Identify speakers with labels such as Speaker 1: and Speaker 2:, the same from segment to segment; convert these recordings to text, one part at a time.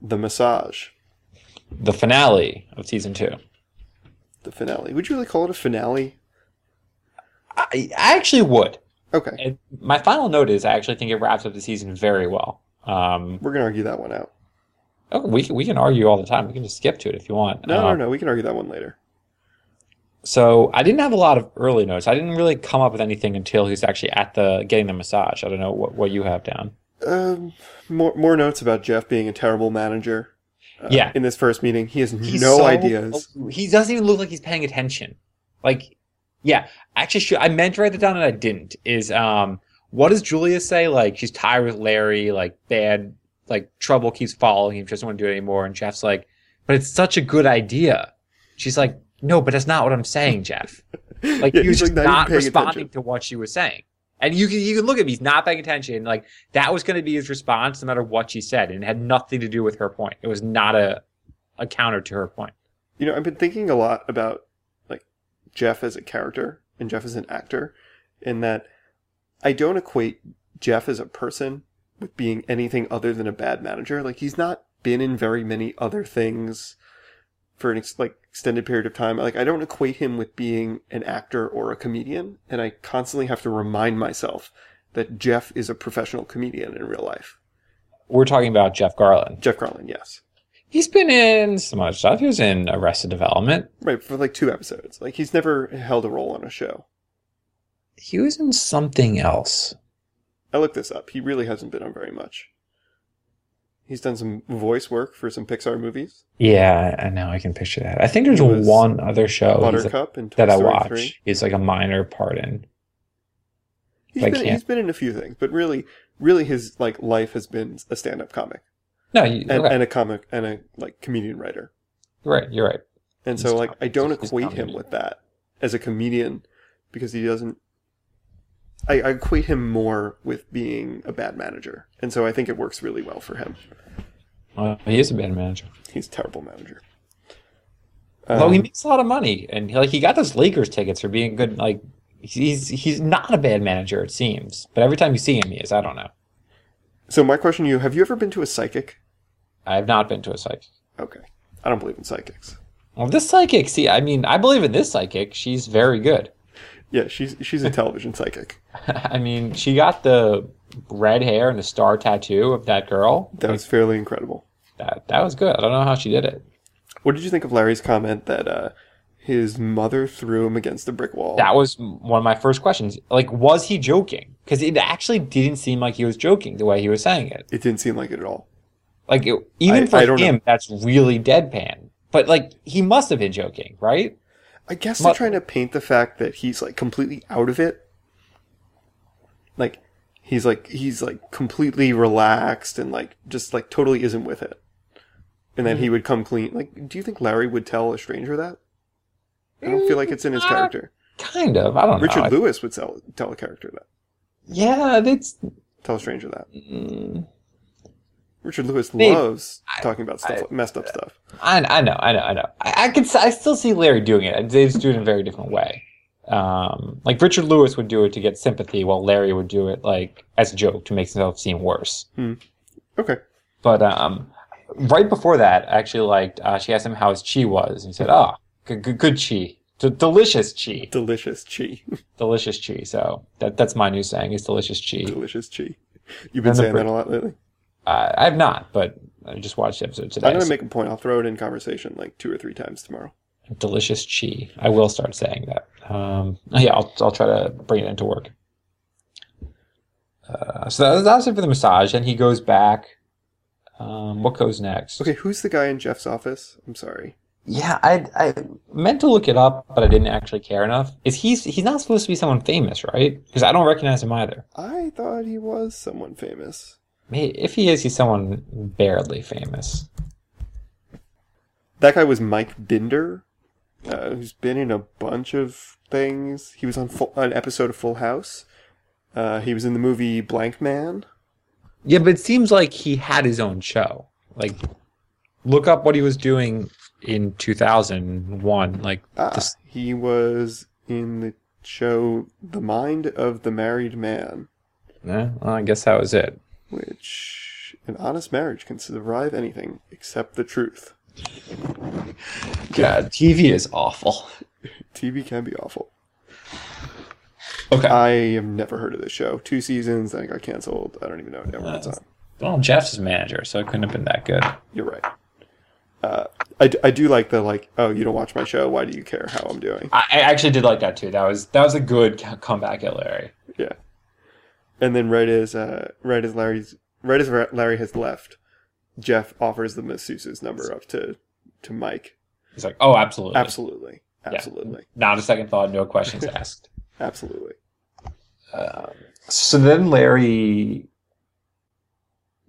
Speaker 1: The Massage,
Speaker 2: the finale of season two.
Speaker 1: the finale. Would you really call it a finale?
Speaker 2: I, I actually would.
Speaker 1: Okay,
Speaker 2: And my final note is I actually think it wraps up the season very well. Um,
Speaker 1: we're gonna argue that one out.
Speaker 2: oh, we can- we can argue all the time. We can just skip to it if you want.
Speaker 1: No,
Speaker 2: Um,
Speaker 1: no, no. We can argue that one later.
Speaker 2: So I didn't have a lot of early notes. I didn't really come up with anything until he's actually at the getting the massage. I don't know what, what you have down.
Speaker 1: Um, more more notes about Jeff being a terrible manager. uh,
Speaker 2: Yeah.
Speaker 1: In this first meeting, he has
Speaker 2: He's
Speaker 1: no
Speaker 2: so-
Speaker 1: ideas.
Speaker 2: He doesn't even look like he's paying attention. Like, yeah, actually, should, I meant to write it down and I didn't. Is um, what does Julia say? Like, she's tired with Larry. Like, bad, like trouble keeps following him. She doesn't want to do it anymore. And Jeff's like, but it's such a good idea. She's like, no, but that's not what I'm saying, Jeff. Like
Speaker 1: Yeah,
Speaker 2: he was
Speaker 1: he's,
Speaker 2: just
Speaker 1: not even
Speaker 2: not
Speaker 1: paying
Speaker 2: responding
Speaker 1: attention.
Speaker 2: to what she was saying. And you can you can look at me, he's not paying attention. Like that was gonna be his response no matter what she said, and it had nothing to do with her point. It was not a a counter to her point.
Speaker 1: You know, I've been thinking a lot about like Jeff as a character and Jeff as an actor, in that I don't equate Jeff as a person with being anything other than a bad manager. Like he's not been in very many other things for an ex- like extended period of time. Like I don't equate him with being an actor or a comedian, and I constantly have to remind myself that Jeff is a professional comedian in real life.
Speaker 2: We're talking about Jeff Garland.
Speaker 1: Jeff Garland, yes.
Speaker 2: He's been in so much stuff. He was in Arrested Development.
Speaker 1: Right, for like two episodes. Like he's never held a role on a show.
Speaker 2: He was in something else.
Speaker 1: I looked this up. He really hasn't been on very much. He's done some voice work for some Pixar movies,
Speaker 2: Yeah, I I know I can picture that. I think there's
Speaker 1: He was
Speaker 2: one other show Oh, he's a-
Speaker 1: Buttercup, and Toy
Speaker 2: that I
Speaker 1: Story
Speaker 2: watch.
Speaker 1: 3.
Speaker 2: He's like a minor part in.
Speaker 1: He's
Speaker 2: I
Speaker 1: been,
Speaker 2: can't.
Speaker 1: he's been in a few things, but really, really, his like life has been a stand-up comic
Speaker 2: No, you,
Speaker 1: and,
Speaker 2: okay,
Speaker 1: and a comic and a like comedian writer.
Speaker 2: you're right. You're right.
Speaker 1: And
Speaker 2: He's
Speaker 1: so, like,
Speaker 2: com-
Speaker 1: I don't
Speaker 2: he's
Speaker 1: equate him
Speaker 2: comedy.
Speaker 1: with that as a comedian because he doesn't. I, I equate him more with being a bad manager, and so I think it works really well for him.
Speaker 2: Well, he is a bad manager.
Speaker 1: He's a terrible manager.
Speaker 2: Although he
Speaker 1: Um,
Speaker 2: makes a lot of money, and he, like he got those Lakers tickets for being good. Like he's he's not a bad manager, it seems. But every time you see him, he is. I don't know.
Speaker 1: so, my question to you: Have you ever been to a psychic?
Speaker 2: I have not been to a psychic.
Speaker 1: Okay. I don't believe in psychics.
Speaker 2: Well, this psychic, see, I mean, I believe in this psychic. She's very good.
Speaker 1: Yeah, she's she's a television psychic.
Speaker 2: I mean, she got the red hair and the star tattoo of that girl.
Speaker 1: That was fairly incredible.
Speaker 2: That that was good. I don't know how she did it.
Speaker 1: What did you think of Larry's comment that uh, his mother threw him against the brick wall?
Speaker 2: That was m- one of my first questions. Like, was he joking? Because it actually didn't seem like he was joking the way he was saying it.
Speaker 1: It didn't seem like it at all.
Speaker 2: Like it, even
Speaker 1: I-
Speaker 2: for
Speaker 1: I don't
Speaker 2: him, that's really deadpan. But like he must have been joking, right?
Speaker 1: I guess
Speaker 2: Mu-
Speaker 1: they're trying to paint the fact that he's like completely out of it. Like he's like he's like completely relaxed and like just like totally isn't with it. And then he would come clean. Like, do you think Larry would tell a stranger that? I don't feel like it's in his
Speaker 2: Mm,
Speaker 1: character.
Speaker 2: Kind of. I don't know.
Speaker 1: Richard
Speaker 2: I-
Speaker 1: Lewis would tell tell a character that.
Speaker 2: yeah, that's.
Speaker 1: Tell a stranger that.
Speaker 2: mm,
Speaker 1: Richard Lewis
Speaker 2: Maybe.
Speaker 1: loves talking about stuff, messed up stuff.
Speaker 2: I, I know. I know. I know. I, I could. s- I still see Larry doing it. They just do it in a very different way. Um, like Richard Lewis would do it to get sympathy, while Larry would do it like as a joke to make himself seem worse.
Speaker 1: Okay.
Speaker 2: But um, right before that, I actually, liked uh, she asked him how his chi was, and he said, "Ah, good, good, good chi, D- delicious chi,
Speaker 1: Delicious chi.
Speaker 2: delicious chi." So that that's my new saying is delicious chi.
Speaker 1: Delicious chi. You've been
Speaker 2: And the
Speaker 1: saying
Speaker 2: fr-
Speaker 1: that a lot lately.
Speaker 2: Uh, I have not, but I just watched the episode today.
Speaker 1: I'm going
Speaker 2: so
Speaker 1: to make a point. I'll throw it in conversation like two or three times tomorrow.
Speaker 2: delicious chi. I will start saying that. Um, yeah, I'll I'll try to bring it into work. Uh, so that, that was it for the massage, and he goes back. Um, what goes next?
Speaker 1: Okay, who's the guy in Jeff's office? I'm sorry.
Speaker 2: Yeah, I I meant to look it up, but I didn't actually care enough. Is he's he's not supposed to be someone famous, right? Because I don't recognize him either.
Speaker 1: I thought he was someone famous.
Speaker 2: May- If he is, he's someone barely famous.
Speaker 1: That guy was Mike Binder, uh, who's been in a bunch of things. He was on full, an episode of Full House. Uh, he was in the movie Blank Man.
Speaker 2: Yeah, but it seems like he had his own show. Like, look up what he was doing in 2001. Like,
Speaker 1: Ah,
Speaker 2: this-
Speaker 1: he was in the show The Mind of the Married Man.
Speaker 2: eh, well, I guess that was it.
Speaker 1: which An honest marriage can survive anything except the truth.
Speaker 2: God, TV is awful.
Speaker 1: TV can be awful.
Speaker 2: Okay.
Speaker 1: I have never heard of this show. Two seasons, then it got canceled. I don't even know where it's on.
Speaker 2: Well, Jeff's his manager, so it couldn't have been that good.
Speaker 1: You're right. Uh, I, d- I do like the like. Oh, you don't watch my show. Why do you care how I'm doing?
Speaker 2: I, I actually did like that too. That was that was a good c- comeback at Larry.
Speaker 1: Yeah. And then right as uh, right as Larry's right as Ra- Larry has left, Jeff offers the masseuse's number up to to Mike.
Speaker 2: He's like, oh, absolutely,
Speaker 1: Absolutely, absolutely,
Speaker 2: not a second thought, no questions asked.
Speaker 1: absolutely.
Speaker 2: Um, so then Larry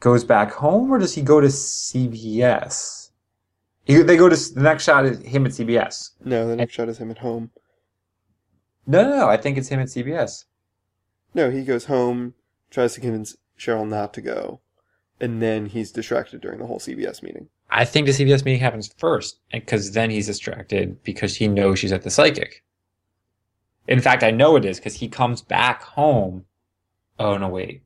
Speaker 2: goes back home, or does he go to CBS? He, they go to s- the next shot is him at CBS.
Speaker 1: No, the next shot is him at home.
Speaker 2: No, no, no. I think it's him at CBS.
Speaker 1: No, he goes home, tries to convince Cheryl not to go, and then he's distracted during the whole CBS meeting.
Speaker 2: I think the CBS meeting happens first because then he's distracted because he knows she's at the psychic. In fact, I know it is because he comes back home. Oh no, wait.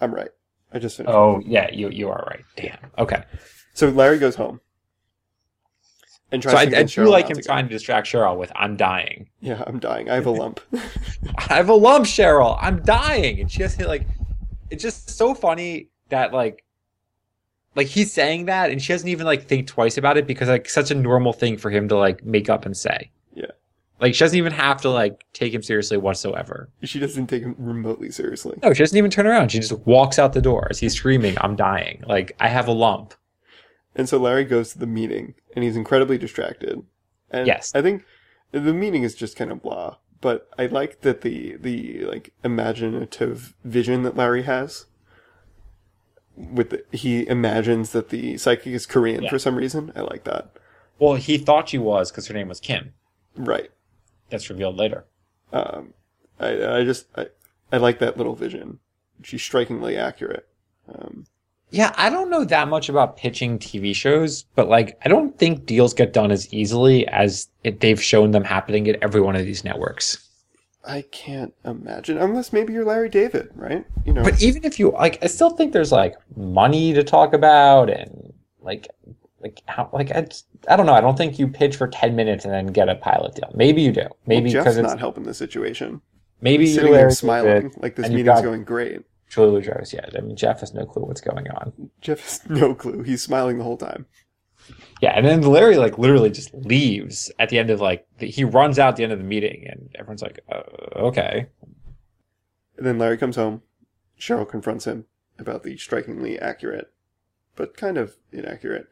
Speaker 1: I'm right. I just finished.
Speaker 2: Oh yeah, you you are right. Damn. Okay.
Speaker 1: So Larry goes home and tries
Speaker 2: So I,
Speaker 1: to
Speaker 2: I
Speaker 1: convince
Speaker 2: do
Speaker 1: Cheryl
Speaker 2: like
Speaker 1: not
Speaker 2: him
Speaker 1: to go.
Speaker 2: trying to distract Cheryl with "I'm dying.
Speaker 1: Yeah, I'm dying. I have a lump.
Speaker 2: I have a lump, Cheryl. I'm dying," and she has to like. It's just so funny that like, like he's saying that, and she doesn't even like think twice about it because like such a normal thing for him to like make up and say.
Speaker 1: Yeah.
Speaker 2: Like she doesn't even have to like take him seriously whatsoever.
Speaker 1: she doesn't take him remotely seriously.
Speaker 2: No, she doesn't even turn around. She just walks out the door as he's screaming, "I'm dying! Like I have a lump."
Speaker 1: And so Larry goes to the meeting and he's incredibly distracted. And
Speaker 2: Yes.
Speaker 1: I think the meeting is just kind of blah, but I like that the the like imaginative vision that Larry has with the, he imagines that the psychic is Korean
Speaker 2: Yeah.
Speaker 1: for some reason. I like that.
Speaker 2: Well, he thought she was because her name was Kim.
Speaker 1: Right.
Speaker 2: That's revealed later.
Speaker 1: Um I I just I, I like that little vision. She's strikingly accurate. Um
Speaker 2: Yeah, I don't know that much about pitching TV shows, but like I don't think deals get done as easily as it, they've shown them happening at every one of these networks.
Speaker 1: I can't imagine unless maybe you're Larry David, right? You know.
Speaker 2: But even if you like, I still think there's like money to talk about and like like how like I, just- I don't know. I don't think you pitch for ten minutes and then get a pilot deal. Maybe you do. Maybe
Speaker 1: Jeff's
Speaker 2: because it's
Speaker 1: not helping the situation.
Speaker 2: maybe
Speaker 1: He's
Speaker 2: you're
Speaker 1: sitting there
Speaker 2: Larry
Speaker 1: smiling
Speaker 2: David,
Speaker 1: like this
Speaker 2: and you've
Speaker 1: meeting's
Speaker 2: got-
Speaker 1: going great.
Speaker 2: Julie Louis-Dreyfus. Yeah, I mean Jeff has no clue what's going on.
Speaker 1: Jeff has
Speaker 2: Hmm.
Speaker 1: no clue. He's smiling the whole time.
Speaker 2: Yeah, and then Larry like literally just leaves at the end of like the, he runs out at the end of the meeting, and everyone's like, uh, okay.
Speaker 1: And then Larry comes home. Cheryl confronts him about the strikingly accurate, but kind of inaccurate,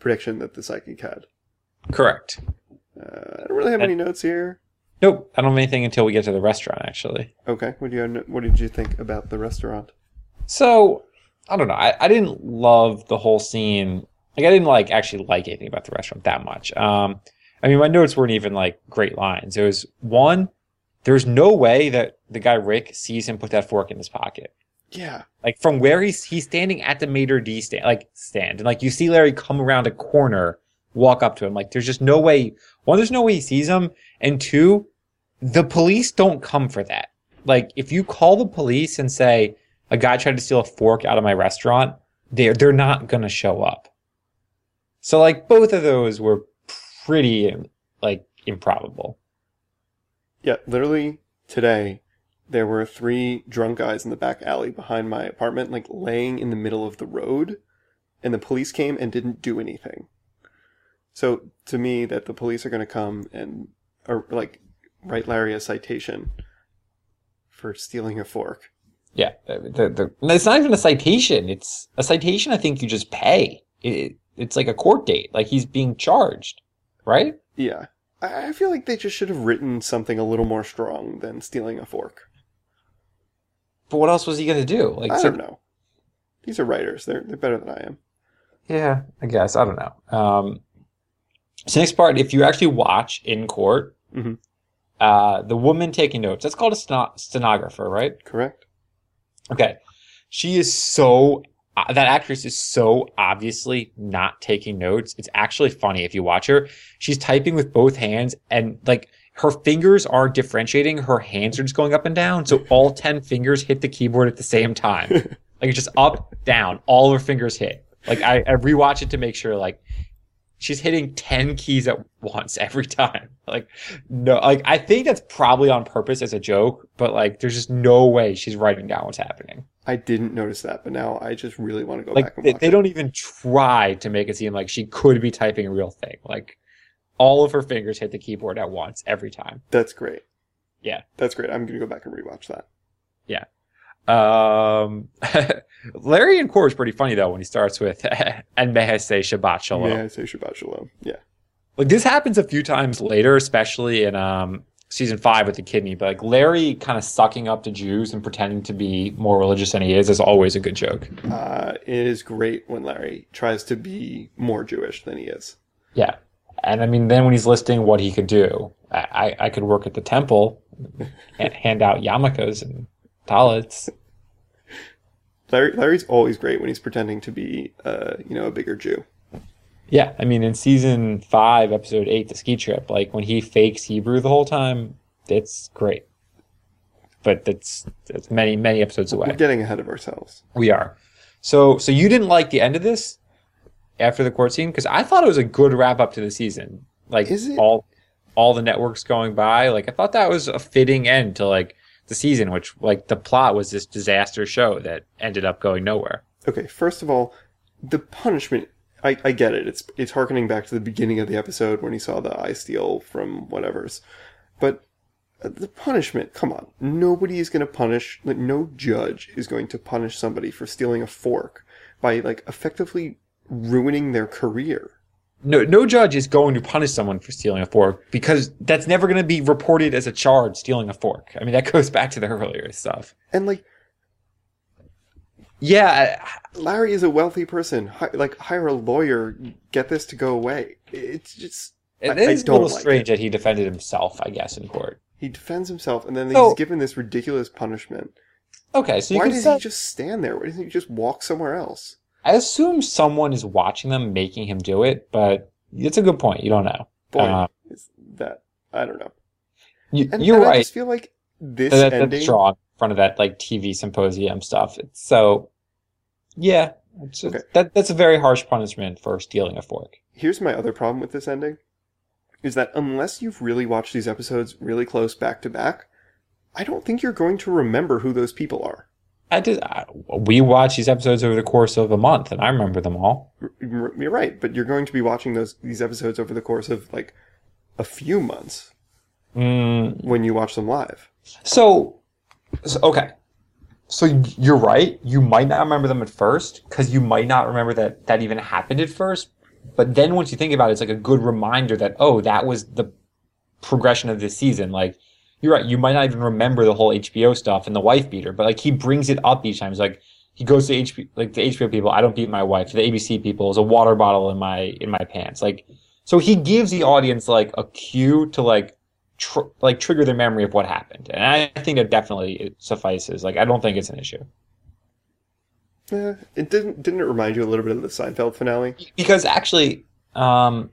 Speaker 1: prediction that the psychic had.
Speaker 2: Correct.
Speaker 1: Uh, I don't really have any notes here.
Speaker 2: Nope, I don't have anything until we get to the restaurant actually.
Speaker 1: Okay, what do you what did you think about the restaurant?
Speaker 2: So I don't know. I, I didn't love the whole scene. Like I didn't like actually like anything about the restaurant that much. Um, I mean my notes weren't even like great lines. It was one, there's no way that the guy Rick sees him put that fork in his pocket.
Speaker 1: Yeah,
Speaker 2: like from where he's he's standing at the Mater D stand, like stand, and like you see Larry come around a corner, walk up to him. Like there's just no way. One, there's no way he sees him, and two, the police don't come for that. Like if you call the police and say a guy tried to steal a fork out of my restaurant, they're they're not gonna show up. So like both of those were pretty like improbable.
Speaker 1: yeah. Literally today, there were three drunk guys in the back alley behind my apartment, like laying in the middle of the road, and the police came and didn't do anything. So to me, that the police are going to come and or like write Larry a citation for stealing a fork.
Speaker 2: Yeah, the, the, no, it's not even a citation. It's a citation. I think you just pay. It, it- it's like a court date. Like he's being charged, right?
Speaker 1: Yeah, I, I feel like they just should have written something a little more strong than stealing a fork.
Speaker 2: But what else was he gonna do? Like,
Speaker 1: I
Speaker 2: so-
Speaker 1: don't know. These are writers; they're they're better than I am.
Speaker 2: yeah, I guess I don't know. Um, so next part, if you actually watch in court,
Speaker 1: Mhm.
Speaker 2: uh, the woman taking notes. That's called a steno- stenographer, right?
Speaker 1: Correct?
Speaker 2: Okay. She is so, uh, that actress is so obviously not taking notes. It's actually funny if you watch her. She's typing with both hands and like her fingers are differentiating. Her hands are just going up and down. So all 10 fingers hit the keyboard at the same time. Like Like it's just up, down, all her fingers hit. Like I, I rewatch it to make sure like she's hitting 10 keys at once every time. Like no, like I think that's probably on purpose as a joke, but like there's just no way she's writing down what's happening.
Speaker 1: I didn't notice that, but now I just really want to go
Speaker 2: Like
Speaker 1: back and
Speaker 2: they,
Speaker 1: watch
Speaker 2: they
Speaker 1: it.
Speaker 2: don't even try to make it seem like she could be typing a real thing. Like all of her fingers hit the keyboard at once every time.
Speaker 1: That's great.
Speaker 2: Yeah.
Speaker 1: That's great. I'm going to go back and rewatch that.
Speaker 2: Um, Larry and Core is pretty funny though when he starts with "and may I say Shabbat Shalom."
Speaker 1: Yeah, I say Shabbat Shalom. Yeah.
Speaker 2: Like this happens a few times later, especially in um season five with the kidney. But like Larry kind of sucking up to Jews and pretending to be more religious than he is is always a good joke.
Speaker 1: Uh, it is great when Larry tries to be more Jewish than he is.
Speaker 2: Yeah, and I mean then when he's listing what he could do, I I, I could work at the temple, and hand out yarmulkes and talits.
Speaker 1: Larry, Larry's always great when he's pretending to be, uh, you know, a bigger Jew.
Speaker 2: Yeah, I mean, in season five, episode eight, the ski trip, like when he fakes Hebrew the whole time, it's great. But that's that's many many episodes
Speaker 1: We're
Speaker 2: away.
Speaker 1: getting ahead of ourselves.
Speaker 2: We are. So so you didn't like the end of this after the court scene because I thought it was a good wrap up to the season. Like
Speaker 1: Is it?
Speaker 2: all all the networks going by. Like I thought that was a fitting end to like the season, which like the plot was this disaster show that ended up going nowhere.
Speaker 1: Okay, first of all, the punishment. I, I get it. It's it's harkening back to the beginning of the episode when he saw the I steal from whatever's, but uh, the punishment. Come on, nobody is going to punish. Like no judge is going to punish somebody for stealing a fork by like effectively ruining their career.
Speaker 2: no no judge is going to punish someone for stealing a fork because that's never going to be reported as a charge stealing a fork. I mean that goes back to the earlier stuff.
Speaker 1: And like
Speaker 2: Yeah, I-
Speaker 1: Larry is a wealthy person. Hi, like hire a lawyer, get this to go away. It's just
Speaker 2: it
Speaker 1: I-
Speaker 2: is
Speaker 1: I
Speaker 2: a little
Speaker 1: don't like
Speaker 2: strange that he defended himself, I guess, in court.
Speaker 1: he defends himself, and then he's
Speaker 2: So-
Speaker 1: given this ridiculous punishment.
Speaker 2: Okay, so you
Speaker 1: Why
Speaker 2: can
Speaker 1: did
Speaker 2: say,
Speaker 1: he just stand there? Why didn't he just walk somewhere else?
Speaker 2: I assume someone is watching them making him do it, but it's a good point. You don't know.
Speaker 1: Boy,
Speaker 2: Uh,
Speaker 1: is that I don't know.
Speaker 2: You,
Speaker 1: And,
Speaker 2: you're
Speaker 1: and I
Speaker 2: right.
Speaker 1: just feel like this
Speaker 2: That,
Speaker 1: ending.
Speaker 2: that's wrong in front of that like TV symposium stuff. It's so yeah, it's just,
Speaker 1: Okay.
Speaker 2: that that's a very harsh punishment for stealing a fork.
Speaker 1: Here's my other problem with this ending, is that unless you've really watched these episodes really close back to back, I don't think you're going to remember who those people are.
Speaker 2: I did. I, we watched these episodes over the course of a month, and I remember them all.
Speaker 1: R- r- You're right, but you're going to be watching those these episodes over the course of like a few months
Speaker 2: Mm,
Speaker 1: when you watch them live.
Speaker 2: so, so, okay. So you're right. You might not remember them at first because you might not remember that that even happened at first. But then once you think about it, it's like a good reminder that oh, that was the progression of this season. Like you're right. You might not even remember the whole HBO stuff and the wife beater, but like he brings it up each time. He's like. He goes to HBO, like the HBO people. I don't beat my wife. The ABC people is a water bottle in my in my pants. Like, so he gives the audience like a cue to like tr- like trigger their memory of what happened. And I think that definitely suffices. Like I don't think it's an issue
Speaker 1: Eh, it didn't didn't it remind you a little bit of the Seinfeld finale?
Speaker 2: because actually, um,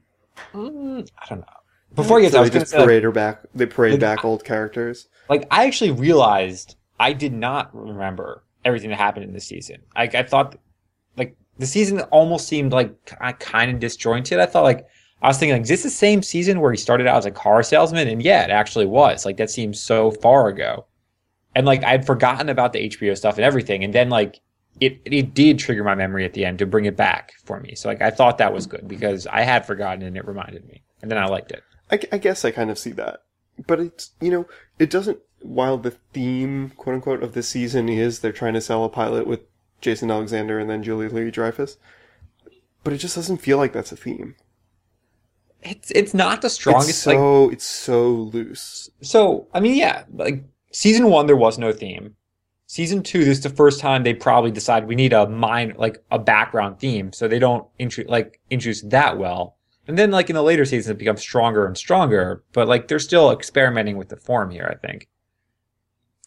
Speaker 2: mm, I don't know. Before you get
Speaker 1: So
Speaker 2: that, I was
Speaker 1: they
Speaker 2: gonna
Speaker 1: just
Speaker 2: say, like,
Speaker 1: parade her back. They parade
Speaker 2: Like,
Speaker 1: back old characters.
Speaker 2: like I actually realized I did not remember everything that happened in this season. Like I thought, like the season almost seemed like I kind of disjointed. I thought like I was thinking like, is this the same season where he started out as a car salesman? And yeah, it actually was. Like that seems so far ago, and like I'd forgotten about the HBO stuff and everything. And then like it it did trigger my memory at the end to bring it back for me. So like I thought that was good because I had forgotten and it reminded me, and then I liked it.
Speaker 1: I, I guess I kind of see that, but it's you know it doesn't. While the theme, quote unquote, of this season is they're trying to sell a pilot with Jason Alexander and then Julie Louis Dreyfus, but it just doesn't feel like that's a theme.
Speaker 2: It's it's not the strongest.
Speaker 1: It's
Speaker 2: like,
Speaker 1: so it's so loose.
Speaker 2: So, I mean, yeah, like season one, there was no theme. Season two, this is the first time they probably decide we need a mind, like a background theme. So they don't intro, like introduce that well. And then, like in the later seasons, it becomes stronger and stronger. But like they're still experimenting with the form here, I think.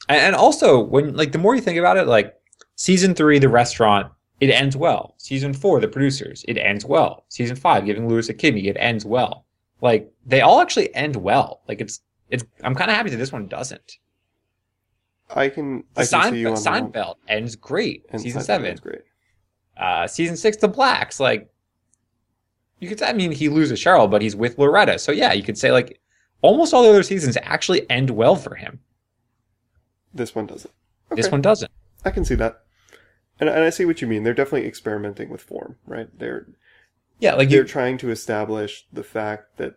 Speaker 2: And, and also, when like the more you think about it, like season three, the restaurant, it ends well. Season four, the producers, it ends well. Season five, giving Lewis a kidney, it ends well. Like they all actually end well. Like it's it's I'm kind of happy that this one doesn't.
Speaker 1: I can.
Speaker 2: The
Speaker 1: I can see you
Speaker 2: Seinfeld,
Speaker 1: on that one.
Speaker 2: Seinfeld ends great.
Speaker 1: And
Speaker 2: season
Speaker 1: Seinfeld
Speaker 2: seven.
Speaker 1: is great.
Speaker 2: Uh, season six, The Blacks. Like, you could. I mean, he loses Cheryl, but he's with Loretta. So yeah, you could say like, almost all the other seasons actually end well for him.
Speaker 1: This one doesn't.
Speaker 2: This
Speaker 1: Okay.
Speaker 2: one doesn't.
Speaker 1: I can see that. And, and I see what you mean. They're definitely experimenting with form, right? They're
Speaker 2: Yeah, like
Speaker 1: they're
Speaker 2: you.
Speaker 1: trying to establish the fact that.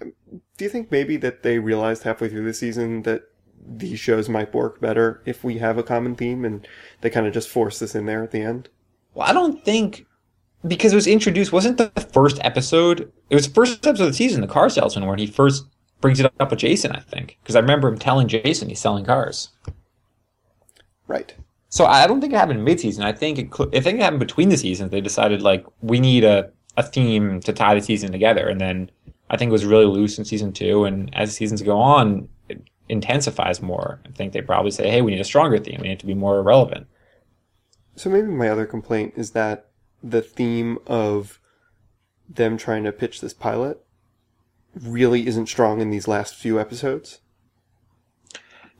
Speaker 1: um, Do you think maybe that they realized halfway through the season that these shows might work better if we have a common theme, and they kind of just force this in there at the end?
Speaker 2: Well, I don't think because it was introduced. Wasn't the first episode? It was the first episode of the season, the car salesman, where he first brings it up with Jason. I think because I remember him telling Jason he's selling cars.
Speaker 1: Right.
Speaker 2: So I don't think it happened mid-season. I think it, cl- I think it happened between the seasons. They decided like we need a, a theme to tie the season together, and then I think it was really loose in season two. And as seasons go on, it intensifies more. I think they probably say, "Hey, we need a stronger theme. We need it to be more relevant."
Speaker 1: So maybe my other complaint is that the theme of them trying to pitch this pilot really isn't strong in these last few episodes.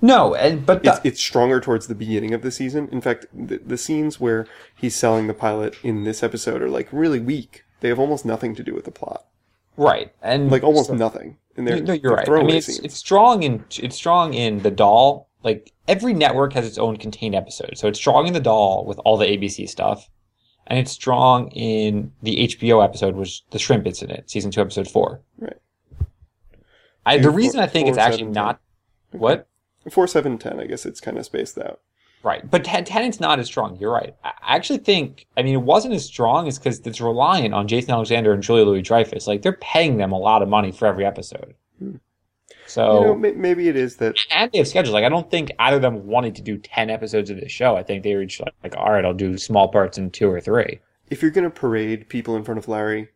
Speaker 2: No, and but the,
Speaker 1: It's, it's stronger towards the beginning of the season. In fact, the, the scenes where he's selling the pilot in this episode are like really weak. They have almost nothing to do with the plot.
Speaker 2: right and
Speaker 1: Like almost
Speaker 2: so-
Speaker 1: nothing. And
Speaker 2: No,
Speaker 1: they're,
Speaker 2: no, you're
Speaker 1: they're
Speaker 2: right. I
Speaker 1: throwaway
Speaker 2: mean, it's,
Speaker 1: scenes.
Speaker 2: it's strong in it's strong in the doll. Like every network has its own contained episode, so it's strong in the doll with all the ABC stuff, and it's strong in the HBO episode, which the shrimp incident, season two, episode four.
Speaker 1: Right.
Speaker 2: I, the
Speaker 1: Two, four-
Speaker 2: reason I think
Speaker 1: four,
Speaker 2: it's actually
Speaker 1: seven,
Speaker 2: not what
Speaker 1: Four, seven, ten. I guess it's kind of spaced out.
Speaker 2: Right, but Ten- Tenant's not as strong. You're right. I I actually think, I mean, it wasn't as strong is because it's reliant on Jason Alexander and Julia Louis Dreyfus. Like they're paying them a lot of money for every episode.
Speaker 1: Hmm.
Speaker 2: So Oh.
Speaker 1: You know, may, maybe it is that
Speaker 2: and they have schedules. Like I don't think either of them wanted to do ten episodes of this show. I think they reached like, like all right, I'll do small parts in two or three.
Speaker 1: if you're going to parade people in front of Larry,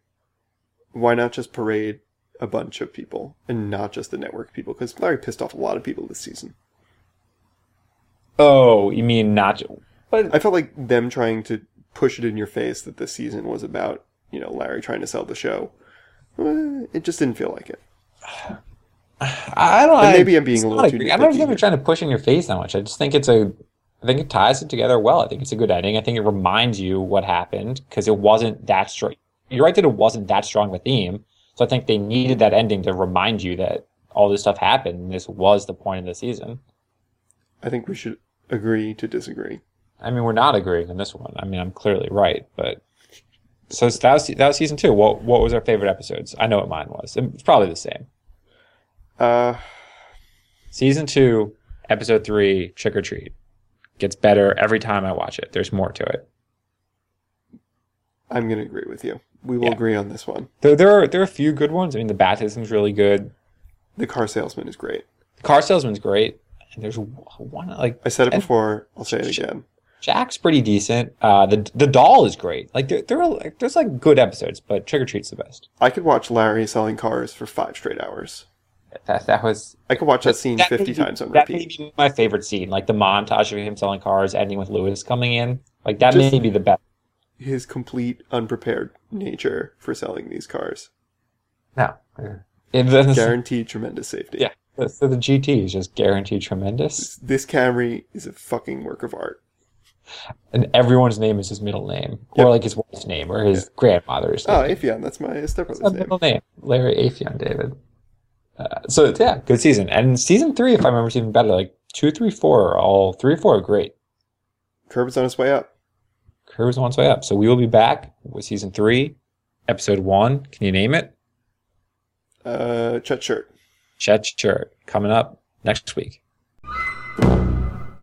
Speaker 1: why not just parade a bunch of people and not just the network people? Because Larry pissed off a lot of people this season.
Speaker 2: Oh, you mean not? But
Speaker 1: I felt like them trying to push it in your face that this season was about, you know, Larry trying to sell the show. eh, It just didn't feel like it.
Speaker 2: I don't.
Speaker 1: And
Speaker 2: I-
Speaker 1: maybe I'm being
Speaker 2: it's
Speaker 1: a
Speaker 2: not
Speaker 1: little too
Speaker 2: agree- I don't
Speaker 1: nitpicky
Speaker 2: think they're
Speaker 1: here.
Speaker 2: trying to push in your face that much. I just think it's a. I think it ties it together well. I think it's a good ending. I think it reminds you what happened because it wasn't that strong. You're right that it wasn't that strong of a theme. So I think they needed that ending to remind you that all this stuff happened and this was the point of the season.
Speaker 1: I think we should agree to disagree.
Speaker 2: I mean, we're not agreeing on this one. I mean, I'm clearly right, but so it's- that was that was season two. What what was our favorite episodes? I know what mine was. It's probably the same.
Speaker 1: Uh,
Speaker 2: Season two, episode three, Trick or Treat, gets better every time I watch it. There's more to it.
Speaker 1: I'm going to agree with you. We will
Speaker 2: Yeah.
Speaker 1: agree on this one.
Speaker 2: There there are there are a few good ones. I mean, the baptism's really good.
Speaker 1: The car salesman is great.
Speaker 2: The car salesman's great. And there's one like
Speaker 1: I said it
Speaker 2: And-
Speaker 1: before. I'll say it again.
Speaker 2: Jack's pretty decent. Uh, the the doll is great. Like there there are like, there's like good episodes, but Trick or Treat's the best.
Speaker 1: I could watch Larry selling cars for five straight hours.
Speaker 2: That that was
Speaker 1: I could watch that scene
Speaker 2: That may
Speaker 1: 50
Speaker 2: be-
Speaker 1: times on
Speaker 2: That may
Speaker 1: repeat.
Speaker 2: be my favorite scene, like the montage of him selling cars, ending with Lewis coming in. Like that
Speaker 1: Just-
Speaker 2: may be the best.
Speaker 1: His complete unprepared nature for selling these cars.
Speaker 2: No, And then-
Speaker 1: Guaranteed tremendous safety.
Speaker 2: Yeah. so the GT is just guaranteed tremendous,
Speaker 1: This, this Camry is a fucking work of art.
Speaker 2: and everyone's name is his middle name,
Speaker 1: Yeah.
Speaker 2: or like his wife's name, or his grandmother's.
Speaker 1: Oh,
Speaker 2: name.
Speaker 1: Afion, that's my
Speaker 2: What's that
Speaker 1: stepbrother's name.
Speaker 2: middle name? Larry Afion David. Uh, so yeah, good season. And season three, if I remember, is even better. Like two, three, four are all three or four are great.
Speaker 1: Curb is on its way up.
Speaker 2: Curves on its way up. So we will be back with season three, episode one. Can you name it?
Speaker 1: Uh, Chet shirt.
Speaker 2: Chet Shirt coming up next week.